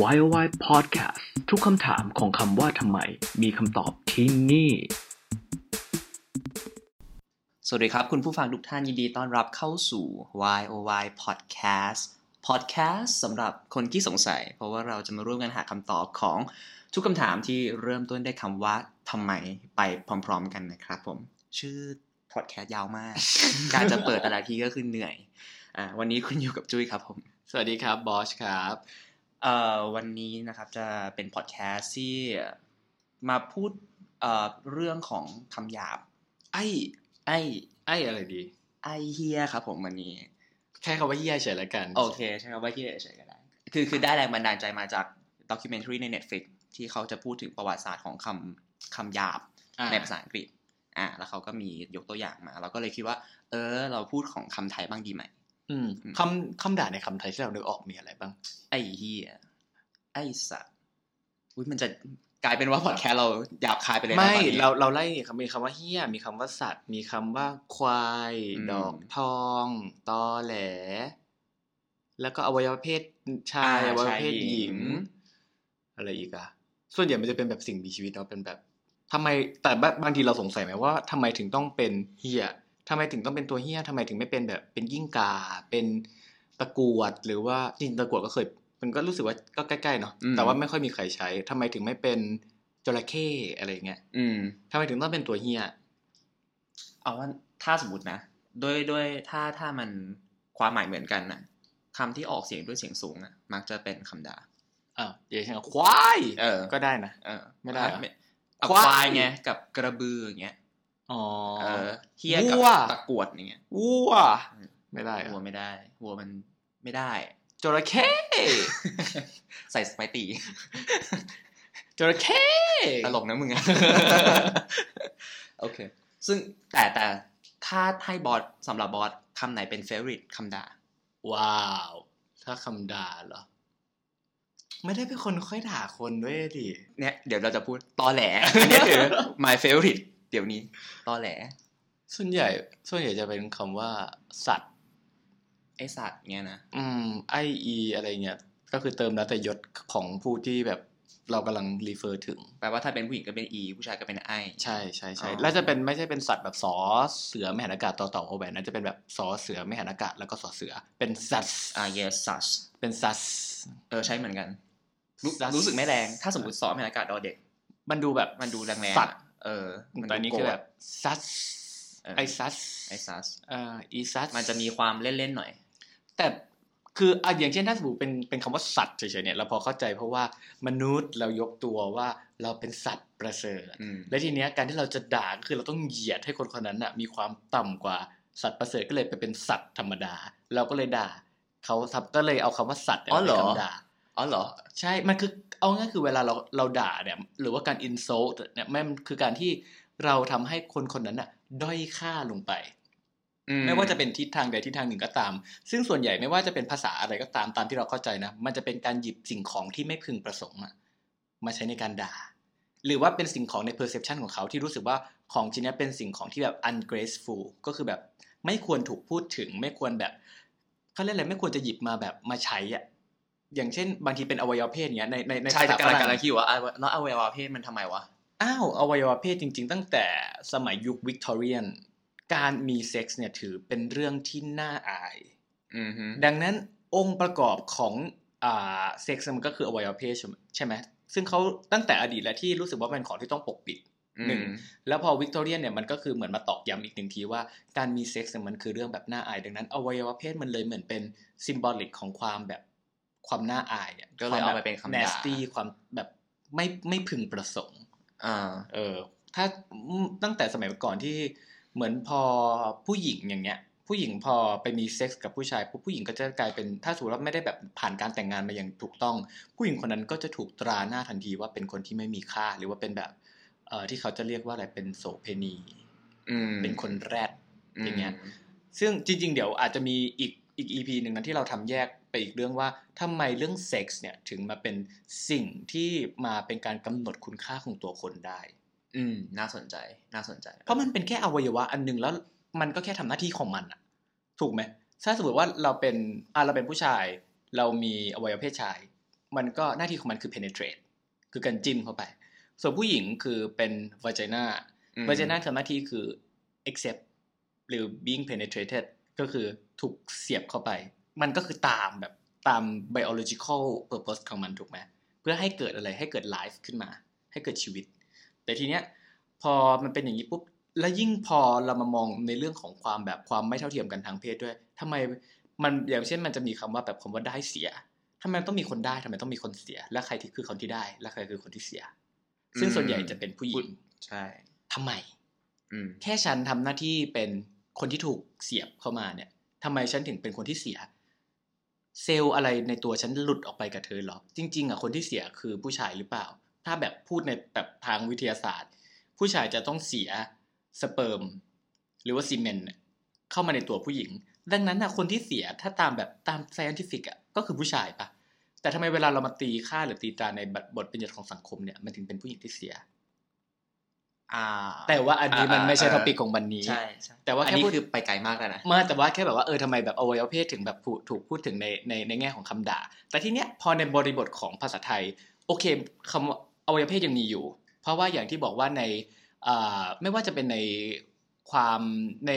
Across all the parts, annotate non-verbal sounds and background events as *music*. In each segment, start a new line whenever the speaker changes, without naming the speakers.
Why Why Podcast ทุกคำถามของคำว่าทำไม มีคำตอบที่นี่
สวัสดีครับ คุณผู้ฟังทุกท่านยินดีต้อนรับเข้าสู่ YOY Podcast Podcast สำหรับคนที่สงสัย เพราะว่าเราจะมาร่วมกันหาคำตอบของทุกคำถามที่เริ่มต้นได้คำว่าทำไมไปพร้อมๆกันนะครับผม ชื่อ Podcast ยาวมาก *laughs* การจะเปิดแต่ละทีก็คือเหนื่อยอ่าวันนี้คุณอยู่กับจุ้ยครับผม
สวัสดีครับบอชครับ
เอ่อวันนี้นะครับจะเป็นพอดแคสต์ที่มาพูดเอ่อเรื่องของคำหยาบ
ไอ้
ไอ้
ไอ้อะไรดี
ไอ้เฮียครับผมวันนี้
แค่คำว่าเหี้ยเฉยละกัน
โอเคใช่ครับว่าที่เฉยๆก็ได้คือคือได้แรงบันดาลใจมาจากด็อกิเมนทรีใน Netflix ที่เขาจะพูดถึงประวัติศาสตร์ของคำคำหยาบ
อ่ะ
ในภาษาอังกฤษ อ่า แล้วเขาก็มียกตัวอย่างมา เราก็เลยคิดว่า เออ เราพูดของคำไทยบ้างดีไหม
อืม
อืม
คำคำด่าในคำไทยที่เรานึกออกมีอะไรบ้าง
ไอ้เฮียไอ้สัตว์อุ้ยมันจะกลายเป็นว่าพอดแคสต์เราหยาบคายไปเลยนะ
ไม่
ตอนนี้
เราเราไล่คำมีคำว่าเหี้ยมีคำว่าสัตว์ มีคำว่าควาย
อืม
ดอกทองตอแหล แล้วก็อวัยวะเพศชา
อ่าย
อวัยวะเพศ
ชาย
หญิง อะไรอีกอะส่วนใหญ่มันจะเป็นแบบสิ่งมีชีวิตเนาะเป็นแบบทำไมแต่บางบางทีเราสงสัยไหมว่าทำไมถึงต้องเป็นเฮียทำไมถึงต้องเป็นตัวเฮียทำไมถึงไม่เป็นแบบเป็นยิ่งกา เป็นตะกรวดหรือว่าจริงๆตะกรวดก็เคย มันก็รู้สึกว่าก็ใกล้ๆเนาะ
อืม
แต่ว่าไม่ค่อยมีใครใช้ทำไมถึงไม่เป็นจระเข้อะไรอย่างเงี้ย
อืม
ทำไมถึงต้องเป็นตัวเฮีย
เอาว่าถ้าสมมตินะด้วยด้วยถ้าถ้ามันความหมายเหมือนกันนะคำที่ออกเสียงด้วยเสียงสูงอ่ะ มักจะเป็นคำด่า
อ่าวเดี๋ยวฉันเอาควาย
เออ
ก็ได้นะ
เออ
ไม่ได้เหรอ
เอาคว
คาย
วายไงกับกระบืออย่างเงี้ย
อ๋อ
เออเฮียกับ
วัว
ตะกรวดอย่างเงี้ย
วัวไม่ได้อะ
วัวไม่ได้วัวมันไม่
*laughs*
ได้
จระเข้
ใส่สไปตี
จระเข้
ตลกนะมึงอะ โอเค ซึ่งแต่แต่ถ้าให้บอสสำหรับบอสคำไหนเป็นเฟ v ว r ร t คำด่า
ว้าว ถ้าคำด่าเหรอ ไม่ได้เป็นคนค่อยด่าคนด้วยดิ
เนี่ยเดี๋ยวเราจะพูดตอแหล *laughs* อันนี้คือ my favorite เดี๋ยวนี้ตอแหล
ส่วนใหญ่ ส่วนใหญ่จะเป็นคำว่า สัตว์
ไอสัตว์เงี้ยนะ
อืม ไออีอะไรเงี้ย ก็คือเติมแล้วแต่ยศของผู้ที่แบบเรากำลังรีเฟอร์ถึง
แปลว่าถ้าเป็นผู้หญิงก็เป็นอี ผู้ชายก็เป็นไอ
ใช่ใช่ใช่
อ๋อ
แล้วจะเป็นไม่ใช่เป็นสัตว์แบบสอเสือไม่หันอากาศต่อต่อโอแหวนนะจะเป็นแบบสอเสือไม่หันอากาศแล้วก็สอเสือ เป็นสัตว์
อ่า yes such
เป็นสัตว์
เออใช่เหมือนกันรู้
Sus
รู้สึกไม่แรง ถ้าสมมติซ้อมในอากาศดอเด็ก
มันดูแบบ
มันดูแรงแรง
สัตว์
เออมัดู
แต่อันนี้คือแบบ
โกรธ
สัตว์
เออ
ไอสัตว์
ไอซัส
เอ่ออีสัตว์
มันจะมีความเล่น ๆ หน่อย
แต่คืออ่ะอย่างเช่นถ้าสมมติเป็นเป็นคำว่าสัตว์เฉยๆเนี่ยเราพอเข้าใจเพราะว่ามนุษย์เรายกตัวว่าเราเป็นสัตว์ประเสริฐ
อืม
และทีเนี้ยการที่เราจะด่าก็คือเราต้องเหยียดให้คนคนนั้นน่ะมีความต่ำกว่าสัตว์ประเสริฐก็เลยไปเป็นสัตว์ธรรมดา เราก็เลยด่าเขาทับก็เลยเอาคำว่าสัตว์เนี่ย
อ๋อเหรอ
ป็นคำด่า
อ๋อเหรอ
ใช่ มันคือเอาง่ายคือเวลาเราเราด่าเนี่ย หรือว่าการ insult เนี่ยแม่งคือการที่เราทำให้คนคนนั้นน่ะ ด้อยค่าลงไป
อืม
ไม่ว่าจะเป็นทิศทางใดทิศทางหนึ่งก็ตาม ซึ่งส่วนใหญ่ไม่ว่าจะเป็นภาษาอะไรก็ตามตามที่เราเข้าใจนะ มันจะเป็นการหยิบสิ่งของที่ไม่พึงประสงค์อะมาใช้ในการด่า หรือว่าเป็นสิ่งของใน perception ของเขาที่รู้สึกว่าของชิ้นเนี้ยเป็นสิ่งของที่แบบ ungraceful ก็คือแบบไม่ควรถูกพูดถึง ไม่ควรแบบเขาเรียกอะไรไม่ควรจะหยิบมาแบบมาใช้อะอย่างเช่น บางทีเป็นอวัยวะเพศเนี้ยในในใน
ใช่แต่กำลัง
ภษฝ
กำลั
รั่
ง
ง
คิดว่าแล้วอวัยวะเพศมันทำไมวะ
อ้าวอวัยวะเพศจริง ๆ ตั้งแต่สมัยยุควิกตอเรียน การมีเซ็กส์เนี่ยถือเป็นเรื่องที่น่าอาย
อืมฮึ
ดังนั้นองค์ประกอบของอ่าเซ็กส์มันก็คืออวัยวะเพศใช่ไหมใช่ไหมซึ่งเขาตั้งแต่อดีตและที่รู้สึกว่าเป็นของที่ต้องปกปิด
อืม
หนึ่ง แล้วพอวิกตอเรียนเนี่ยมันก็คือเหมือนมาตอกย้ำอีกหนึ่งทีว่าการมีเซ็กส์เนี่ยมันคือเรื่องแบบน่าอาย ดังนั้นอวัยวะเพศมันเลยเหมือนเป็นซิมบอลิกของความแบบความน่าอายะ
ก็เลยเอาไปเป็นคำด่า
ความแบบ nasty ความแบบไม่ไม่พึงประสงค์
อ่า
เออถ้าอืมตั้งแต่สมัยก่อนที่เหมือนพอผู้หญิงอย่างเงี้ย ผู้หญิงพอไปมีเซ็กส์กับผู้ชายปุ๊บผู้หญิงก็จะกลายเป็นถ้าสมมติว่าไม่ได้แบบผ่านการแต่งงานมาอย่างถูกต้อง ผู้หญิงคนนั้นก็จะถูกตราหน้าทันทีว่าเป็นคนที่ไม่มีค่า หรือว่าเป็นแบบเอ่อที่เขาจะเรียกว่าอะไรเป็นโสเพณี
อืม
เป็นคนแรด
ม
อย่างเงี้ย ซึ่งจริง ๆ เดี๋ยวอาจจะมีอีกอีก EP หนึ่งนะที่เราทำแยกไปอีกเรื่องว่าทำไมเรื่องเซ็กส์เนี่ยถึงมาเป็นสิ่งที่มาเป็นการกำหนดคุณค่าของตัวคนได้
อืม น่าสนใจ น่าสนใจ
เพราะมันเป็นแค่อวัยวะอันหนึ่งแล้วมันก็แค่ทำหน้าที่ของมันอะถูกไหมถ้าสมมติว่าเราเป็นอ่ะเราเป็นผู้ชาย เรามีอวัยวะเพศชาย มันก็หน้าที่ของมันคือ penetrate คือการจิ้มเข้าไป ส่วนผู้หญิงคือเป็น vagina
อืม
vagina ทำหน้าที่คือ accept หรือ being penetrated ก็คือถูกเสียบเข้าไป มันก็คือตามแบบตาม biological purpose ของมันถูกไหมเพื่อให้เกิดอะไรให้เกิด life ขึ้นมา ให้เกิดชีวิต แต่ทีเนี้ยพอมันเป็นอย่างนี้ปุ๊บ แล้วยิ่งพอเรามามองในเรื่องของความแบบความไม่เท่าเทียมกันทางเพศด้วยทำไมมันอย่างเช่นมันจะมีคำว่าแบบคำว่าได้เสียทำไมต้องมีคนได้ทำไมต้องมีคนเสีย และใครที่คือคนที่ได้ และใครคือคนที่เสีย ซึ่งส่วนใหญ่จะเป็นผู้หญิง
ใช่
ทำไม
อืม
แค่ฉันทำหน้าที่เป็นคนที่ถูกเสียบเข้ามาเนี่ยทำไมฉันถึงเป็นคนที่เสีย เซลล์อะไรในตัวฉันหลุดออกไปกับเธอเหรอ จริง ๆอ่ะคนที่เสียคือผู้ชายหรือเปล่า ถ้าแบบพูดในแบบทางวิทยาศาสตร์ ผู้ชายจะต้องเสียสเปิร์มหรือว่าซีเมนต์เนี่ยเข้ามาในตัวผู้หญิง ดังนั้นอ่ะคนที่เสียถ้าตามแบบตาม scientific อ่ะก็คือผู้ชายปะแต่ทำไมเวลาเรามาตีค่าหรือตีตราในบทบัญญัติของสังคมเนี่ยมันถึงเป็นผู้หญิงที่เสีย
อ่า
แต่ว่าอันนี้มันไม่ใช่
อ่า
ท็
อ่า
อปิกของวันนี้
ใช่ใช่
แต่ว่า
อัน
แค่
นี้
พูด
คือไปไกลมากแล้วนะ
ไมาแต่ว่าแค่แบบว่าเออทำไมแบบอวัยวะเพศถึงแบบถูกถูกพูดถึงในในในแง่ของคำด่า แต่ทีเนี้ยพอในบริบทของภาษาไทย โอเคคำว่าอวัยวะเพศยังมีอยู่ เพราะว่าอย่างที่บอกว่าในอ่าไม่ว่าจะเป็นในความใน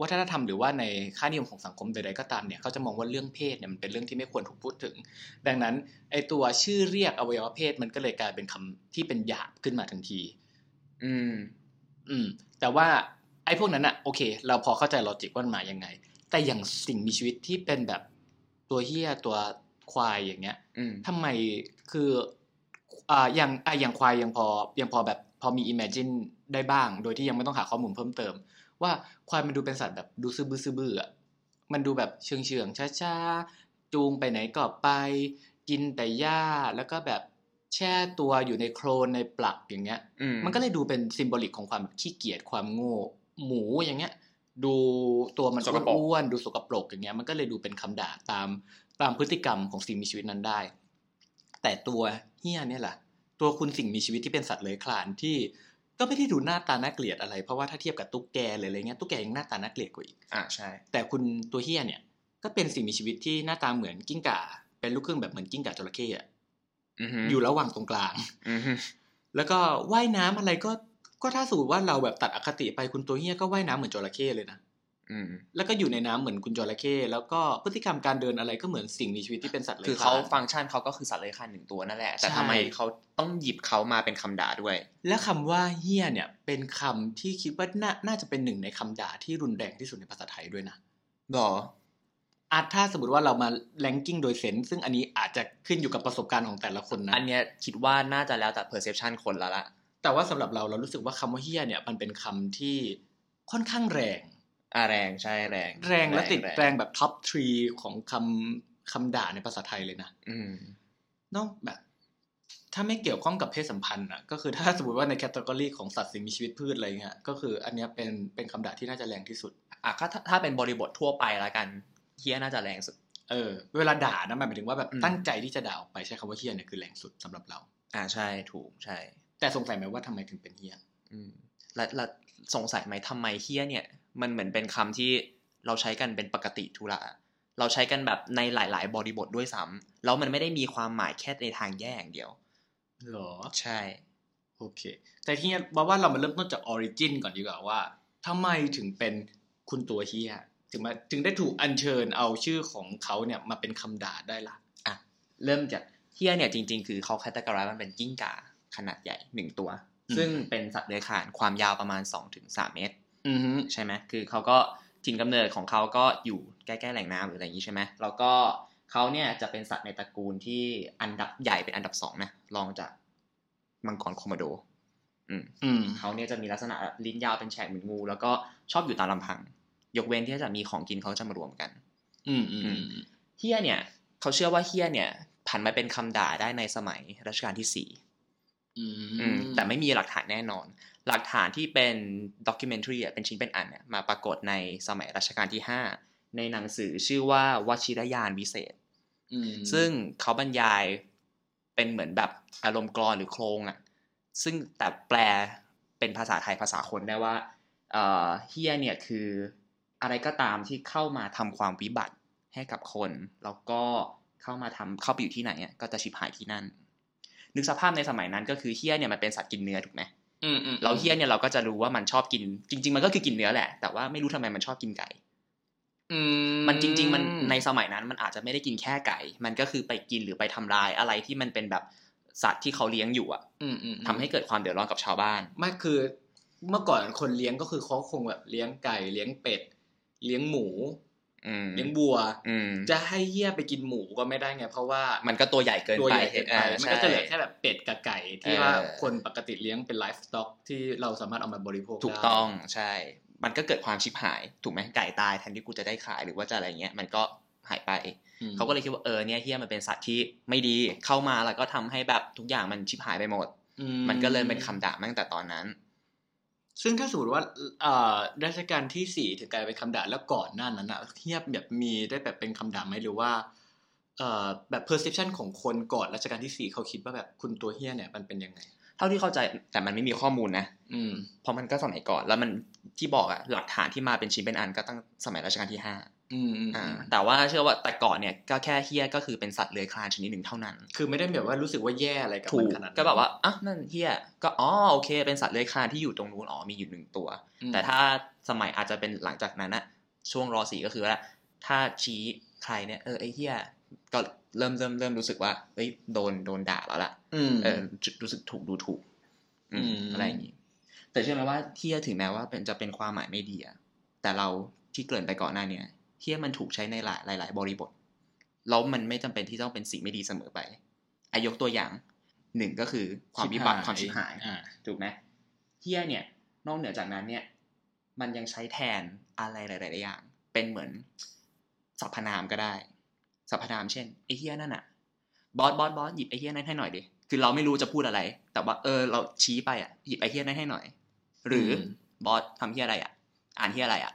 วัฒนธรรมหรือว่าในค่านิยมของสังคมใดๆก็ตามเนี่ยเขาจะมองว่าเรื่องเพศเนี่ยมันเป็นเรื่องที่ไม่ควรถูกพูดถึง ดังนั้นไอตัวชื่อเรียกอวัยวะเพศมันก็เลยกลายเป็นคำที่เป็นหยาบขึ้นมาทันที
อืม
อืมแต่ว่าไอ้พวกนั้นอะโอเค เราพอเข้าใจลอจิกว่ามันมายังไง แต่อย่างสิ่งมีชีวิตที่เป็นแบบตัวเหี้ยตัวควายอย่างเงี้ย
อืม
ทำไมคืออ่าอย่างอ่าอย่างควายยังพอยังพอแบบพอมี imagine ได้บ้าง โดยที่ยังไม่ต้องหาข้อมูลเพิ่มเติม ว่าควายมันดูเป็นสัตว์แบบดูซื่อบื้อซื่อบื้ออะมันดูแบบเชิงเชิงช้าช้าๆ จูงไปไหนก็ไป กินแต่หญ้าแล้วก็แบบแช่ตัวอยู่ในโคลนในปลักอย่างเงี้ย
อืม
มันก็เลยดูเป็นซิมโบลิกของความแบบขี้เกียจความโง่ หมูอย่างเงี้ย ดูตัวมัน
สกปรก
อ้วนๆดูสกปรกอย่างเงี้ยมันก็เลยดูเป็นคำด่าตามตามพฤติกรรมของสิ่งมีชีวิตนั้นได้ แต่ตัวเฮียเนี่ยล่ะ ตัวคุณสิ่งมีชีวิตที่เป็นสัตว์เลื้อยคลานที่ ก็ไม่ได้ดูหน้าตาน่าเกลียดอะไร เพราะว่าถ้าเทียบกับตุ๊กแกเลยอะไรเงี้ยตุ๊กแกยังหน้าตาน่าเกลียดกว่าอีก
อ่าใช่
แต่คุณตัวเฮียเนี่ย ก็เป็นสิ่งมีชีวิตที่หน้าตาเหมือนกิ้งก่าเป็นลูกครึ่งแบบเหมือนกิ้งก่าจระเข้อะ
อืม
อยู่ระหว่างตรงกลาง
อืม
แล้วก็ว่ายน้ำอะไรก็ก็ถ้าสมมติว่าเราแบบตัดอคติไปคุณตัวเฮียก็ว่ายน้ำเหมือนจระเข้เลยนะ
อืม
แล้วก็อยู่ในน้ำเหมือนคุณจระเข้แล้วก็พฤติกรรมการเดินอะไรก็เหมือนสิ่งมีชีวิตที่เป็นสัตว์เลอย
คือ
คลา
เขา
น
ฟังก์ชันเขาก็คือสัตว์เลื้อยคลานหนึ่งตัวนั่นแหละ แต่
ใช่
ทำไมเขาต้องหยิบเขามาเป็นคำด่าด้วย
และคำว่าเฮียเนี่ยเป็นคำที่คิดว่าน่าน่าจะเป็นหนึ่งในคำด่าที่รุนแรงที่สุดในภาษาไทยด้วยนะ
หรอ
อาจถ้าสมมติว่าเรามาแลงกิ้งโดยเซนส์ซึ่งอันนี้อาจจะขึ้นอยู่กับประสบการณ์ของแต่ละคนนะ
อันเนี้ยคิดว่าน่าจะแล้วแต่ perception คนละละ
แต่ว่าสำหรับเราเรารู้สึกว่าคำว่าเฮียเนี่ยมันเป็นคำที่ค่อนข้างแรง
อ่าแรงใช่แรง
แรงและติด
รง
แรงแบบท็อปทรีของคำคำด่าในภาษาไทยเลยนะ
อืม
นอกแบบ ถ้าไม่เกี่ยวข้องกับเพศสัมพันธ์อ่ะก็คือถ้า *laughs* สมมติว่าในแคตตากรีของสัตว์สิ่งมีชีวิตพืชอะไรเงี้ยก็คืออันเนี้ยเป็นเป็นคำด่าที่น่าจะแรงที่สุด
อ่ะถ้าถ้าเป็นบริบททั่วไปละกันเฮียน่าจะแรงสุด
เออ เวลาด่านะหมายถึงว่าแบบ
อืม
ตั้งใจที่จะด่าออกไปใช้คำว่าเฮียเนี่ยคือแรงสุดสำหรับเรา
อ่าใช่ถูกใช่
แต่สงสัยไหมว่าทำไมถึงเป็นเฮีย
อืมและและสงสัยไหมทำไมเฮี้ยเนี่ย มันเหมือนเป็นคำที่เราใช้กันเป็นปกติทุระเราใช้กันแบบในหลาย ๆ บริบทด้วยซ้ำแล้วมันไม่ได้มีความหมายแค่ในทางแย่อย่างเดียว
หรอ
ใช่
โอเค แต่ทีเนี้ยบอกว่าเรามาเริ่มต้นจากออริจินก่อนดีกว่าว่าทำไมถึงเป็นคุณตัวเฮียถึงมาถึงได้ถูกอัญเชิญเอาชื่อของเขาเนี่ยมาเป็นคำด่าได้ล่ะ
เริ่มจากเฮี้ยเนี่ยจริง ๆ คือเขาแคตตากรามันเป็นกิ้งก่าขนาดใหญ่หนึ่งตัว
อืม
ซึ่งเป็นสัตว์เลื้อยคลานความยาวประมาณ 2-3 เมตร
อือฮึ
ใช่ไหมคือเขาก็ถิ่นกำเนิดของเขาก็อยู่ใกล้ๆแหล่งน้ำหรืออะไรอย่างนี้ใช่ไหมแล้วก็เขาเนี่ยจะเป็นสัตว์ในตระกูลที่อันดับใหญ่เป็นอันดับสองนะรองจากมังกรโคโมโด อืม
อืม
เขาเนี่ยจะมีลักษณะแบบลิ้นยาวเป็นแฉกเหมือนงู แล้วก็ชอบอยู่ตามลำพัง ยกเว้นที่จะมีของกินเขาจะมารวมกัน
อืมอืมอืม
เฮียเนี่ยเขาเชื่อว่าเฮียเนี่ยผันมาเป็นคำด่าได้ในสมัยรัชกาลที่สี่
อื
อืมแต่ไม่มีหลักฐานแน่นอน หลักฐานที่เป็นด็อกิเมนทรีอ่ะเป็นชิ้นเป็นอันเนี่ยมาปรากฏในสมัยรัชกาลที่ 5 ในหนังสือชื่อว่าวชิรยานวิเศษ
อืม
ซึ่งเขาบรรยายเป็นเหมือนแบบอารมณ์กรอนหรือโครงอ่ะ ซึ่งแต่แปลเป็นภาษาไทยภาษาคนได้ว่าเอ่อเฮียเนี่ยคืออะไรก็ตามที่เข้ามาทำความวิบัติให้กับคน แล้วก็ค เข้ามาทำเข้าไปอยู่ที่ไหนอะก็จะชิบหายที่นั่น นึกสภาพในสมัยนั้นก็คือเฮี้ยเนี่ยมันเป็นสัตว์กินเนื้อถูกไหม
อืมอืม
เราเฮี้ยเนี่ยเราก็จะรู้ว่ามันชอบกิน จริง ๆ มันก็คือกินเนื้อแหละ แต่ว่าไม่รู้ทำไมมันชอบกินไก่
อื
มันจริง ๆ มันในสมัยนั้นมันอาจจะไม่ได้กินแค่ไก่ มันก็คือไปกินหรือไปทำลายอะไรที่มันเป็นแบบสัตว์ที่เขาเลี้ยงอยู่อะ
อืมอืมอืม
ทำให้เกิดความเดือดร้อนกับชาวบ้าน
ไม่คือเมื่อก่อนคนเลี้ยงก็คือเขาคงแบบเลี้ยงไก่เลี้ยงเป็ด เลี้ยงหมู
อืม
เลี้ยงวัว
อืม
จะให้เหี้ยไปกินหมูก็ไม่ได้ไง เพราะว่า
มันก็ตัวใหญ่เกิน
ตัว
ไป
ใหญ่เกินไป
อ่า
มันก็
ใช่
จะเหลือแค่แบบเป็ดกับไก่ที่
เออ
ว่าคนปกติเลี้ยงเป็นไลฟ์สต็อกที่เราสามารถเอามาบริโภคได้
ถูกต้องใช่ มันก็เกิดความชิบหายถูกไหมไก่ตายแทนที่กูจะได้ขายหรือว่าจะอะไรเงี้ยมันก็หายไป
อืม
เขาก็เลยคิดว่าเออเนี่ยเฮียมันเป็นสัตว์ที่ไม่ดีเข้ามาแล้วก็ทำให้แบบทุกอย่างมันชิบหายไปหมด
อื
มันก็เลยเป็นคำด่ามาตั้งแต่ตอนนั้น
ซึ่งถ้าสมมติว่าเอ่อรัชกาลที่สี่ถึงกลายเป็นคำด่าแล้วก่อนหน้านั้นอะเทียบแบบมีได้แบบเป็นคำด่าไหมหรือว่าเอ่อแบบ perception ของคนก่อนรัชกาลที่สี่เขาคิดว่าแบบคุณตัวเฮี้ยเนี่ยมันเป็นยังไง
เท่าที่เข้าใจแต่มันไม่มีข้อมูลนะ
อืม
เพราะมันก็สมัยก่อนแล้วมันที่บอกอะหลักฐานที่มาเป็นชิ้นเป็นอันก็ตั้งสมัยรัชกาลที่ห้า
อืมอืม
อ่า
อืม
แต่ว่าเชื่อว่าแต่ก่อนเนี่ยก็แค่เฮียก็คือเป็นสัตว์เลื้อยคลานชนิดหนึ่งเท่านั้น
คือไม่ได้แบบว่ารู้สึกว่าแย่อะไรกับ
ถู
มัน
ก
ขนาดนั้น
ก็แบบว่าอ่ะนั่นเฮียก็อ๋อโอเค เป็นสัตว์เลื้อยคลานที่อยู่ตรงนู้นอ๋อมีอยู่หนึ่งตัว
อืม
แต่ถ้าสมัยอาจจะเป็นหลังจากนั้นอะช่วงรอสีก็คือว่าถ้าชี้ใครเนี่ยเออไอ้เฮียก็เริ่มเริ่มเริ่มรู้สึกว่าเอ้ยโดนโดนด่าแล้วล่ะ
อืม
เออรู้รู้สึกถูกดูถูก อืม
อืม
อะไรอย่างนี้ แต่เชื่อไหมว่าเฮียถึงแม้ว่าเป็นจะเป็นความหมายไม่ดีอะแต่เราที่เกริ่นไปก่อนหน้าเนี่ยเฮียมันถูกใช้ในหลายหลายหลายบริบทแล้วมันไม่จำเป็นที่ต้องเป็นสิ่งไม่ดีเสมอไปอายกตัวอย่างหนึ่งก็คือความวิบัติความชิบหาย
อ่
ถูกไหมเฮียเนี่ย นอกเหนือจากนั้นเนี่ย มันยังใช้แทนอะไรหลายๆอย่าง เป็นเหมือนสรรพนามก็ได้ สรรพนามเช่นไอ้เฮียนั่นอะบอสบอสบอสหยิบไอ้เฮียนั่นให้หน่อยดิคือเราไม่รู้จะพูดอะไร แต่ว่าเออเราชี้ไปอะหยิบไอ้เฮียนั่นให้หน่อย หรืออบอสทำเฮียอะไรอะอ่านเฮียอะไรอะ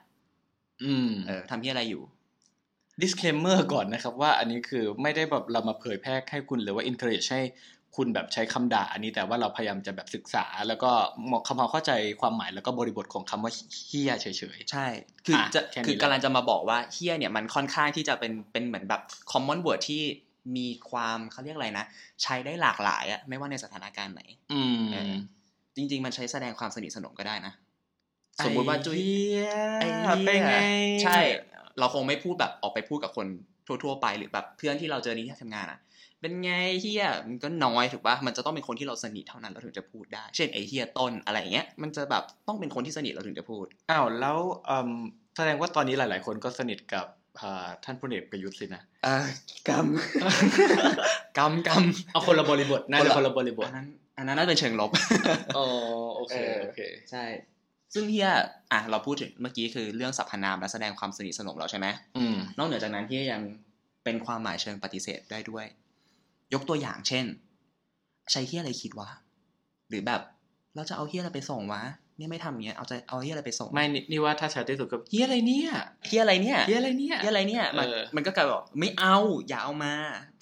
อืม
เออทำเฮียอะไรอยู่
disclaimer ก่อนนะครับว่าอันนี้คือไม่ได้แบบเรามาเผยแพร่ให้คุณหรือว่า encourage ให้คุณแบบใช้คำด่าอันนี้แต่ว่าเราพยายามจะแบบศึกษา แล้วก็มองคำความเข้าใจความหมายแล้วก็บริบทของคำว่าเฮี้ยเฉย
ใช่ คืออะ จะ
แค่นี้
คือกำลังจะมาบอกว่าเฮียเนี่ยมันค่อนข้างที่จะเป็นเป็นเหมือนแบบ common word ที่มีความเขาเรียกอะไรนะ ใช้ได้หลากหลายอะไม่ว่าในสถานการณ์ไหน
ๆอืม
เออ จริง ๆ มันใช้แสดงความสนิทสนมก็ได้นะ สมมุติว่าจุ้ย
ไอ้เหี้
ไอ้
ย
เหี้ย
เป็นไง
ใช่ เราคงไม่พูดแบบออกไปพูดกับคนทั่ว ๆ ไปหรือแบบเพื่อนที่เราเจอในที่ทำงานอะเป็นไงเฮียมันก็น้อยถูกปะมันจะต้องเป็นคนที่เราสนิทเท่านั้นเราถึงจะพูดได้ เช่นไอเฮียต้นอะไรอย่างเงี้ยมันจะแบบต้องเป็นคนที่สนิทเราถึงจะพูด
อ้าวแล้วอืมแสดงว่าตอนนี้หลาย ๆ คนก็สนิทกับอ่าท่านพลเอกประยุทธ์สินะ
อ่ากรรม *laughs* กรรมกรรม
เอาคนละบริบทน่าจะ
ค
คนน
ละ
ละบริบท
อันนั้นอันนั้นน่าจะเป็นเชิงลบ
อ๋อโอเค
โอ
โอ
เค
เค
*laughs* ใช่ ซึ่งเฮียอ่ะเราพูดถึงเมื่อกี้คือเรื่องสรรพนามและแสดงความสนิทสนมเราใช่ไหม
อืม
นอกเหนือจากนั้นเฮียยังเป็นความหมายเชิงปฏิเสธได้ด้วย ยกตัวอย่างเช่น ใช้เฮียอะไรคิดวะหรือแบบเราจะเอาเฮียอะไรไปส่งวะเนี่ยไม่ทำอย่างเงี้ยเอาใจเอาเฮียอะไรไปส่ง
ไม่นี่นี่ว่าถ้าชัดที่สุดก็เฮียอะไรเนี่ย
เฮียอะไรเนี่ย
เฮียอะไรเนี่ย
เฮียอะไรเนี่ยมัน
เออ
มันก็กลายบอกไม่เอาอย่าเอามา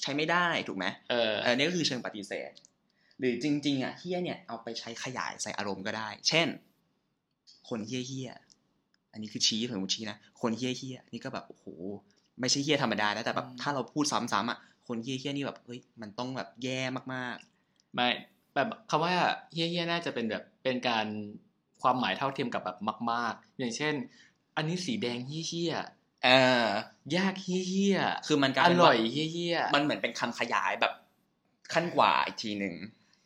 ใช้ไม่ได้ถูกไหม
เออ
เออนี่ก็คือเชิงปฏิเสธ หรือจริง ๆ อ่ะเฮี้ยเนี่ยเอาไปใช้ขยายใส่อารมณ์ก็ได้ เช่น คนเฮี้ยเฮี้ยอันนี้คือชี้เผื่อผมชี้นะ คนเฮี้ยเฮี้ยนี่ก็แบบโอ้โห ไม่ใช่เฮี้ยธรรมดานะแต่แบบถ้าเราพูดซ้ำๆอ่ะ คนเฮี้ยเฮี้ยนี่แบบเฮ้ยมันต้องแบบแย่มาก
ไม่แบบคำว่าเฮียเฮียน่าจะเป็นแบบเป็นการความหมายเท่าเทียมกับแบบมาก ๆ อย่างเช่น อันนี้สีแดงเฮียเฮีย
ๆ เออ
ยากเฮียเฮีย
คือมันกลาร
อร่อยเฮียเฮีย
มันเหมือนเป็นคำขยายแบบขั้นกว่าอีกทีหนึ่ง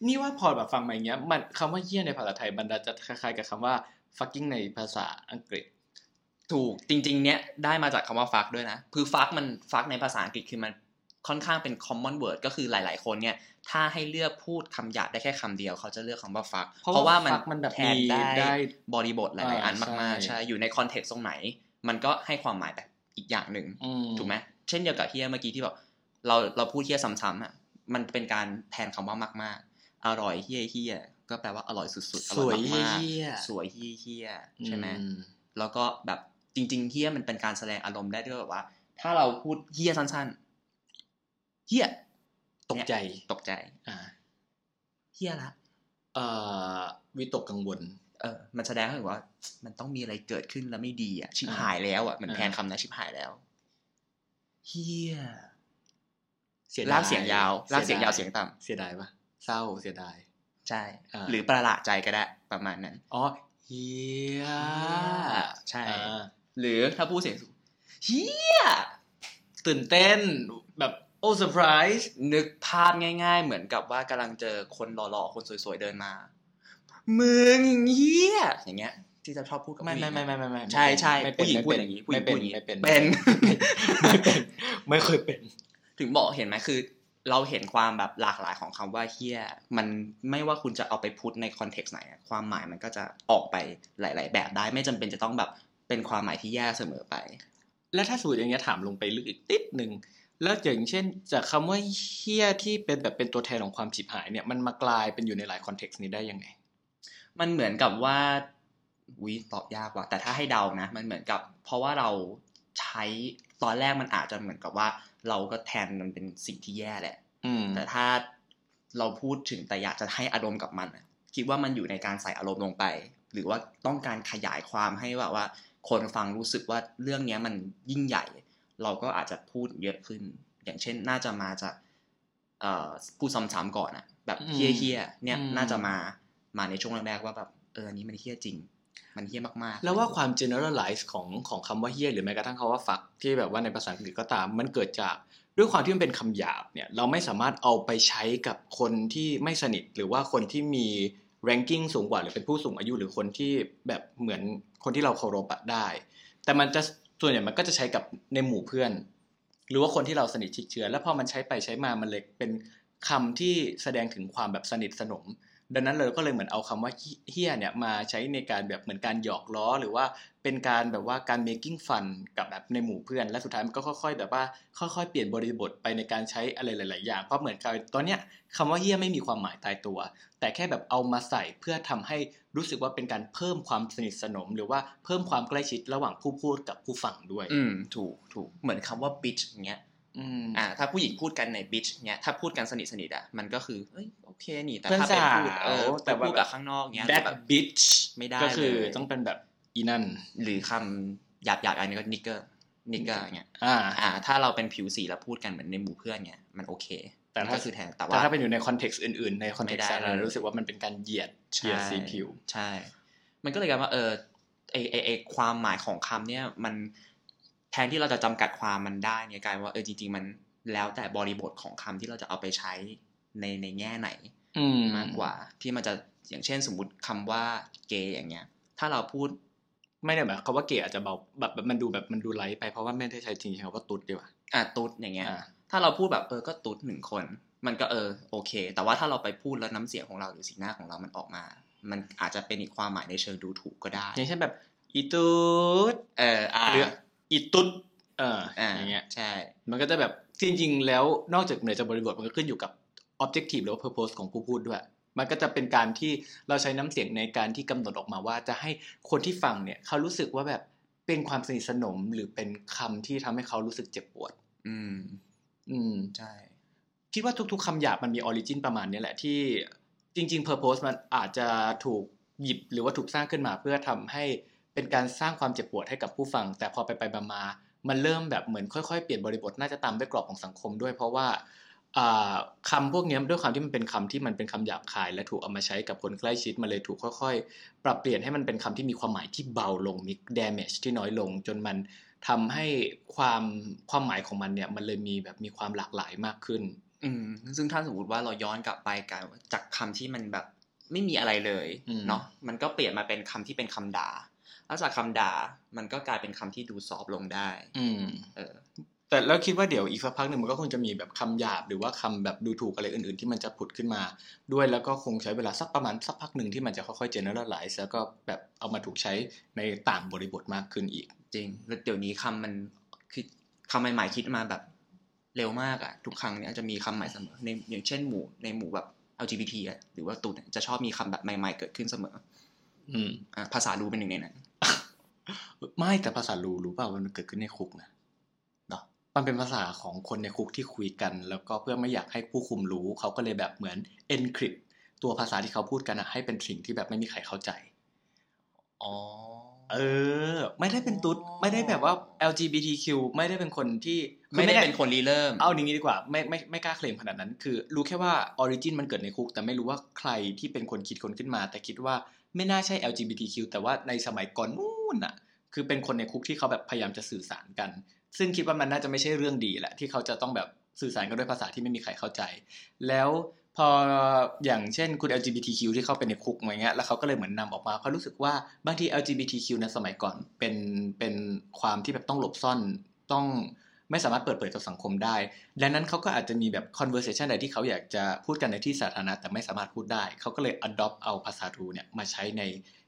นี่ว่าพอแบบฟังมาอย่างเงี้ยมันคำว่าเฮียในภาษาไทยมันจะคล้ายๆกับคำว่า fucking ในภาษาอังกฤษ
ถูกจริง ๆ เนี้ยได้มาจากคำว่าฟักด้วยนะ คือฟักมันฟักในภาษาอังกฤษคือมันค่อนข้างเป็น common word ก็คือหลาย ๆ คนเนี่ย ถ้าให้เลือกพูดคำหยาบได้แค่คำเดียวเขาจะเลือกคำว่าฟัก
เพราะว่าฟักมันแบบ
แทน
มี
ได้
ได้
บริบทหลาย ๆ อั
อ่าม
นาก
ใช่
ๆใช่อยู่ในคอนเทกต์ตรงไหน มันก็ให้ความหมายแบบอีกอย่างหนึ่ง
อื
ถูกไหมเช่นเดียวกับเฮียเมื่อกี้ที่บอกเราเราพูดเฮียซ้ำๆอ่ะมันเป็นการแทนคำว่ามาก ๆ อร่อยเฮียเฮียก็แปลว่าอร่อยสุดๆอ
ส
ร่
ว
อย
ยเฮีย
มาก
เฮีย
ๆสวยเฮียเฮียใช่ไหม
อื
แล้วก็แบบจริงๆเฮี้ยมันเป็นการแสดงอารมณ์ได้ด้วยแบบว่า ถ้าเราพูดเฮี้ยสั้นๆเฮี้ย
ตกใจ
ตกใจ
อ่า
เฮี้ยละ
เอ่อวิตกกังวล
เออมันแสดงให้เห็นว่า มันต้องมีอะไรเกิดขึ้นแล้วไม่ดีอ่ะชิบ
อ่า
หายแล้วอ่ะเหมือน
อ่า
แทนคำนะชิบหายแล้วเฮี้ย
เสียดาย
ลากเสียงยาวลากเสียงยาวเสียงต่ำ
เสียดายปะเศร้าเสียดาย
ใช่
อ่า
หรือประหลาดใจก็ได้ประมาณนั้น
อ๋อเฮีย
ใช่
อ่า
หรือถ้าพูดเสียงสูงเฮีย
ตื่นเต้นแบบโอ้เซอร์ไพรส์
นึกภาพง่าย ๆ เหมือนกับว่ากำลังเจอคนหล่อๆ คนสวยๆ เดินมา มึงเฮียอย่างเงี้ย ที่จะชอบพูดกับ
ไม่
ผู้หญิ
ไม่
ง
ไม่ไม่ไม่ไม่
ใช่ใช่
ไม่เป็
ผู้หญิง
ไม่
พูด
เป็
อย่างนี้ผู้หญิง
ไม่เป็
พู
น
ดอย่างนี้
ไม่เป็น
เป็น
ไม่เป็น *laughs* ไม่เคยเป็น
ถึงบอกเห็นไหมคือ เราเห็นความแบบหลากหลายของคำว่าเฮียมันไม่ว่าคุณจะเอาไปพุทธในคอนเท็กซ์ไหนอะความหมายมันก็จะออกไปหลาย ๆ แบบได้ไม่จำเป็นจะต้องแบบเป็นความหมายที่แย่เสมอไป
แล้วถ้าสมมติอย่างเงี้ยถามลงไปลึกอีกติดหนึ่งแล้วอย่างเช่น จากคำว่าเฮี้ยที่เป็นแบบเป็นตัวแทนของความฉิบหายเนี่ยมันมากลายเป็นอยู่ในหลายคอนเท็กซ์นี้ได้ยังไง
มันเหมือนกับว่าวิตอบยากว่ะแต่ถ้าให้เดานะ มันเหมือนกับ เพราะว่าเราใช้ตอนแรกมันอาจจะเหมือนกับว่า เราก็แทนมันเป็นสิ่งที่แย่แหละ
อืม
แต่ถ้าเราพูดถึงแต่อยากจะให้อารมณ์กับมันอะคิดว่ามันอยู่ในการใส่อารมณ์ลงไป หรือว่าต้องการขยายความให้แบบว่า คนฟังรู้สึกว่าเรื่องเนี้ยมันยิ่งใหญ่ เราก็อาจจะพูดเยอะขึ้น อย่างเช่นน่าจะมาจากเอ่อพูดซ้ำๆก่อนอะแบบเฮี้ยเฮี้ยๆเนี่ยน่าจะมามาในช่วงแรกๆว่าแบบเอออันนี้มันเฮี้ยจริง มันเฮี้ยมากๆ
แล้วว่าความ generalize ของของคำว่าเฮี้ยหรือแม้กระทั่งคำว่าฟักที่แบบว่าในภาษาอังกฤษก็ตาม มันเกิดจากด้วยความที่มันเป็นคำหยาบเนี่ยเราไม่สามารถเอาไปใช้กับคนที่ไม่สนิท หรือว่าคนที่มี ranking สูงกว่าหรือเป็นผู้สูงอายุหรือคนที่แบบเหมือนคนที่เราเคารพอะได้ แต่มันจะส่วนใหญ่มันก็จะใช้กับในหมู่เพื่อน หรือว่าคนที่เราสนิทชิดเชื้อ แล้วพอมันใช้ไปใช้มามันเลยเป็นคำที่แสดงถึงความแบบสนิทสนม ดังนั้นเราก็เลยเหมือนเอาคำว่าเฮี้ยเนี่ยมาใช้ในการแบบเหมือนการหยอกล้อ หรือว่าเป็นการแบบว่าการ making fun กับแบบในหมู่เพื่อน และสุดท้ายมันก็ค่อย ๆ แบบว่าค่อย ๆ เปลี่ยนบริบทไปในการใช้อะไรหลาย ๆ อย่างเพราะเหมือนกับตอนเนี้ยคำว่าเฮี้ยไม่มีความหมายตายตัว แต่แค่แบบเอามาใส่เพื่อทำให้รู้สึกว่าเป็นการเพิ่มความสนิทสนม หรือว่าเพิ่มความใกล้ชิดระหว่างผู้พูดกับผู้ฟังด้วย
อืมถูกถูกเหมือนคำว่า bitch อย่างเงี้ย
อืม
อ่าถ้าผู้หญิงพูดกันในบิชเนี้ยถ้าพูดกันสนิทสนิทๆอ่ะมันก็คือเอ้ยโอเคนี่แต่
เพื่อน
ถ้าเป็นพูด
สาว
เออ
แต่
แต่
ว่า
พูดกับข้างนอกเนี้ย
that
แบบ
bitch
ไม่ได้
ก็คือ
เลย
ต้องเป็นแบบอีนั่น
หรือคำหยาบหยาบๆอันนี้ก็นิกเกอร์นิกเกอร์เนี้ย
อ่า
อ่า ถ้าเราเป็นผิวสีแล้วพูดกันเหมือนในหมู่เพื่อนเนี้ยมันโอเค
แต่ถ้า
ก็คือแทนแต่
แต่
ว่า
ถ้าเป็นอยู่ในคอนเท็กซ์อื่นๆ ในคอนเท็กซ์
ไม่ได้
อะไร
เลย
รู้สึกว่ามันเป็นการเหยียดเห
ใช่
ยียดสีผิว
ใช่ มันก็เลยกลายว่าเออไอไอไอความหมายของคำเนี้ยมันแทนที่เราจะจำกัดความมันได้เนี่ยกลายว่าเออจริงๆมันแล้วแต่บริบทของคำที่เราจะเอาไปใช้ในในแง่ไหน
อืม
มากกว่าที่มันจะอย่างเช่นสมมติคำว่าเกย์อย่างเงี้ย ถ้าเราพูด
ไม่ได้แบบคำว่าเกย์อาจจะเบาแบบแบบมันดูแบบมันดูไลท์ไปเพราะว่าไม่ได้ใช้จริงๆคำว่าตุ๊ดดีกว่า
อ่ะตุ๊ดอย่างเงี้ย
อ่า
ถ้าเราพูดแบบเออก็ตุ๊ดหนึ่งคน มันก็เออโอเค แต่ว่าถ้าเราไปพูดแล้วน้ำเสียงของเราหรือสีหน้าของเรามันออกมา มันอาจจะเป็นอีกความหมายในเชิงดูถูกก็ได้
อย่างเช่นแบบอีตุ๊ด
เอออ่า
หรืออีตุ๊ดเออ
อ่า
อย่างเงี้ย
ใช่
มันก็จะแบบจริงๆ แล้วนอกจากเหนือจากบริบทมันก็ขึ้นอยู่กับ objective หรือว่า purpose ของผู้พูดด้วย มันก็จะเป็นการที่เราใช้น้ำเสียงในการที่กำหนดออกมาว่าจะให้คนที่ฟังเนี่ยเขารู้สึกว่าแบบเป็นความสนิทสนมหรือเป็นคำที่ทำให้เขารู้สึกเจ็บปวด
อืม
อืม
ใช่
คิดว่าทุกๆคำหยาบมันมีออริจินประมาณเนี้ยแหละที่จริงๆ Purpose มันอาจจะถูกหยิบหรือว่าถูกสร้างขึ้นมาเพื่อทำให้เป็นการสร้างความเจ็บปวดให้กับผู้ฟัง แต่พอไปไปๆมาๆมันเริ่มแบบเหมือนค่อยๆ เปลี่ยนบริบทน่าจะตามด้วยกรอบของสังคมด้วย เพราะว่าอ่าคำาพวกเนี้ยด้วยความที่มันเป็นคำที่มันเป็นคำหยาบคาย และถูกเอามาใช้กับคนใกล้ชิดมันเลยถูกค่อยๆ ปรับเปลี่ยนให้มันเป็นคำที่มีความหมายที่เบาลงมี damage ที่น้อยลงจนมัน ทำให้ความความหมายของมันเนี่ยมันเลยมีแบบมีความหลากหลายมากขึ้น
อืมซึ่งถ้าสมมติว่าเราย้อนกลับไปกันจากคำที่มันแบบไม่มีอะไรเลย
อืม
เนาะมันก็เปลี่ยนมาเป็นคำที่เป็นคำด่าแล้วจากคำด่ามันก็กลายเป็นคำที่ดูซอฟต์ลงได้
อืม
เออ
แต่แล้วคิดว่าเดี๋ยวอีกสักพักหนึ่งมันก็คงจะมีแบบคำหยาบหรือว่าคำแบบดูถูกอะไรอื่นๆ ที่มันจะผุดขึ้นมา ด้วยแล้วก็คงใช้เวลาสักประมาณสักพักหนึ่งที่มันจะค่อยๆ generalize แล้วก็แบบเอามาถูกใช้ในต่างบริบทมากขึ้นอีก
จริงแล้วเดี๋ยวนี้คำมันคือคำใหม่ๆคิดมาแบบเร็วมากอะทุกครั้งเนี่ยจะมีคำใหม่เสมอในอย่างเช่นหมู่ในหมู่แบบ LGBT อะหรือว่าตุนอะจะชอบมีคำแบบใหม่ๆเกิดขึ้นเสมอ
อืม
อ่ะภาษาดูเป็นหนึ่งในนั้น
ไม่แต่ภาษารู้รู้เปล่ามันเกิดขึ้นในคุกนะ
เหรอ
มันเป็นภาษาของคนในคุกที่คุยกัน แล้วก็เพื่อไม่อยากให้ผู้คุมรู้เขาก็เลยแบบเหมือน encrypt ตัวภาษาที่เขาพูดกันอะให้เป็นสิ่งที่แบบไม่มีใครเข้าใจ
อ๋อ
เออ ไม่ได้เป็นตุ๊ด ไม่ได้แบบว่า LGBTQ ไม่ได้เป็นคนที่
ไม่ได้
คือ
เป็นคนรีเริ่ม
เอาอย่างนี้ดีกว่าไม่ไม่ไม่กล้าเคลมขนาดนั้น คือรู้แค่ว่าออริจินมันเกิดในคุก แต่ไม่รู้ว่าใครที่เป็นคนคิดคนขึ้นมา แต่คิดว่าไม่น่าใช่ LGBTQ แต่ว่าในสมัยก่อนนู่นน่ะ คือเป็นคนในคุกที่เขาแบบพยายามจะสื่อสารกัน ซึ่งคิดว่ามันน่าจะไม่ใช่เรื่องดีแหละที่เขาจะต้องแบบสื่อสารกันด้วยภาษาที่ไม่มีใครเข้าใจ แล้วพออย่างเช่นคุณ LGBTQ ที่เข้าไปในคุกอะไรเงี้ยแล้วเขาก็เลยเหมือนนำออกมาเพราะรู้สึกว่าบางที LGBTQ ในสมัยก่อนเป็นเป็นความที่แบบต้องหลบซ่อนต้องไม่สามารถเปิดเผยกับสังคมได้ ดังนั้นเขาก็อาจจะมีแบบ conversation ใดที่เขาอยากจะพูดกันในที่สาธารณะแต่ไม่สามารถพูดได้ เขาก็เลย adopt เอาภาษารูเนี่ยมาใช้ใน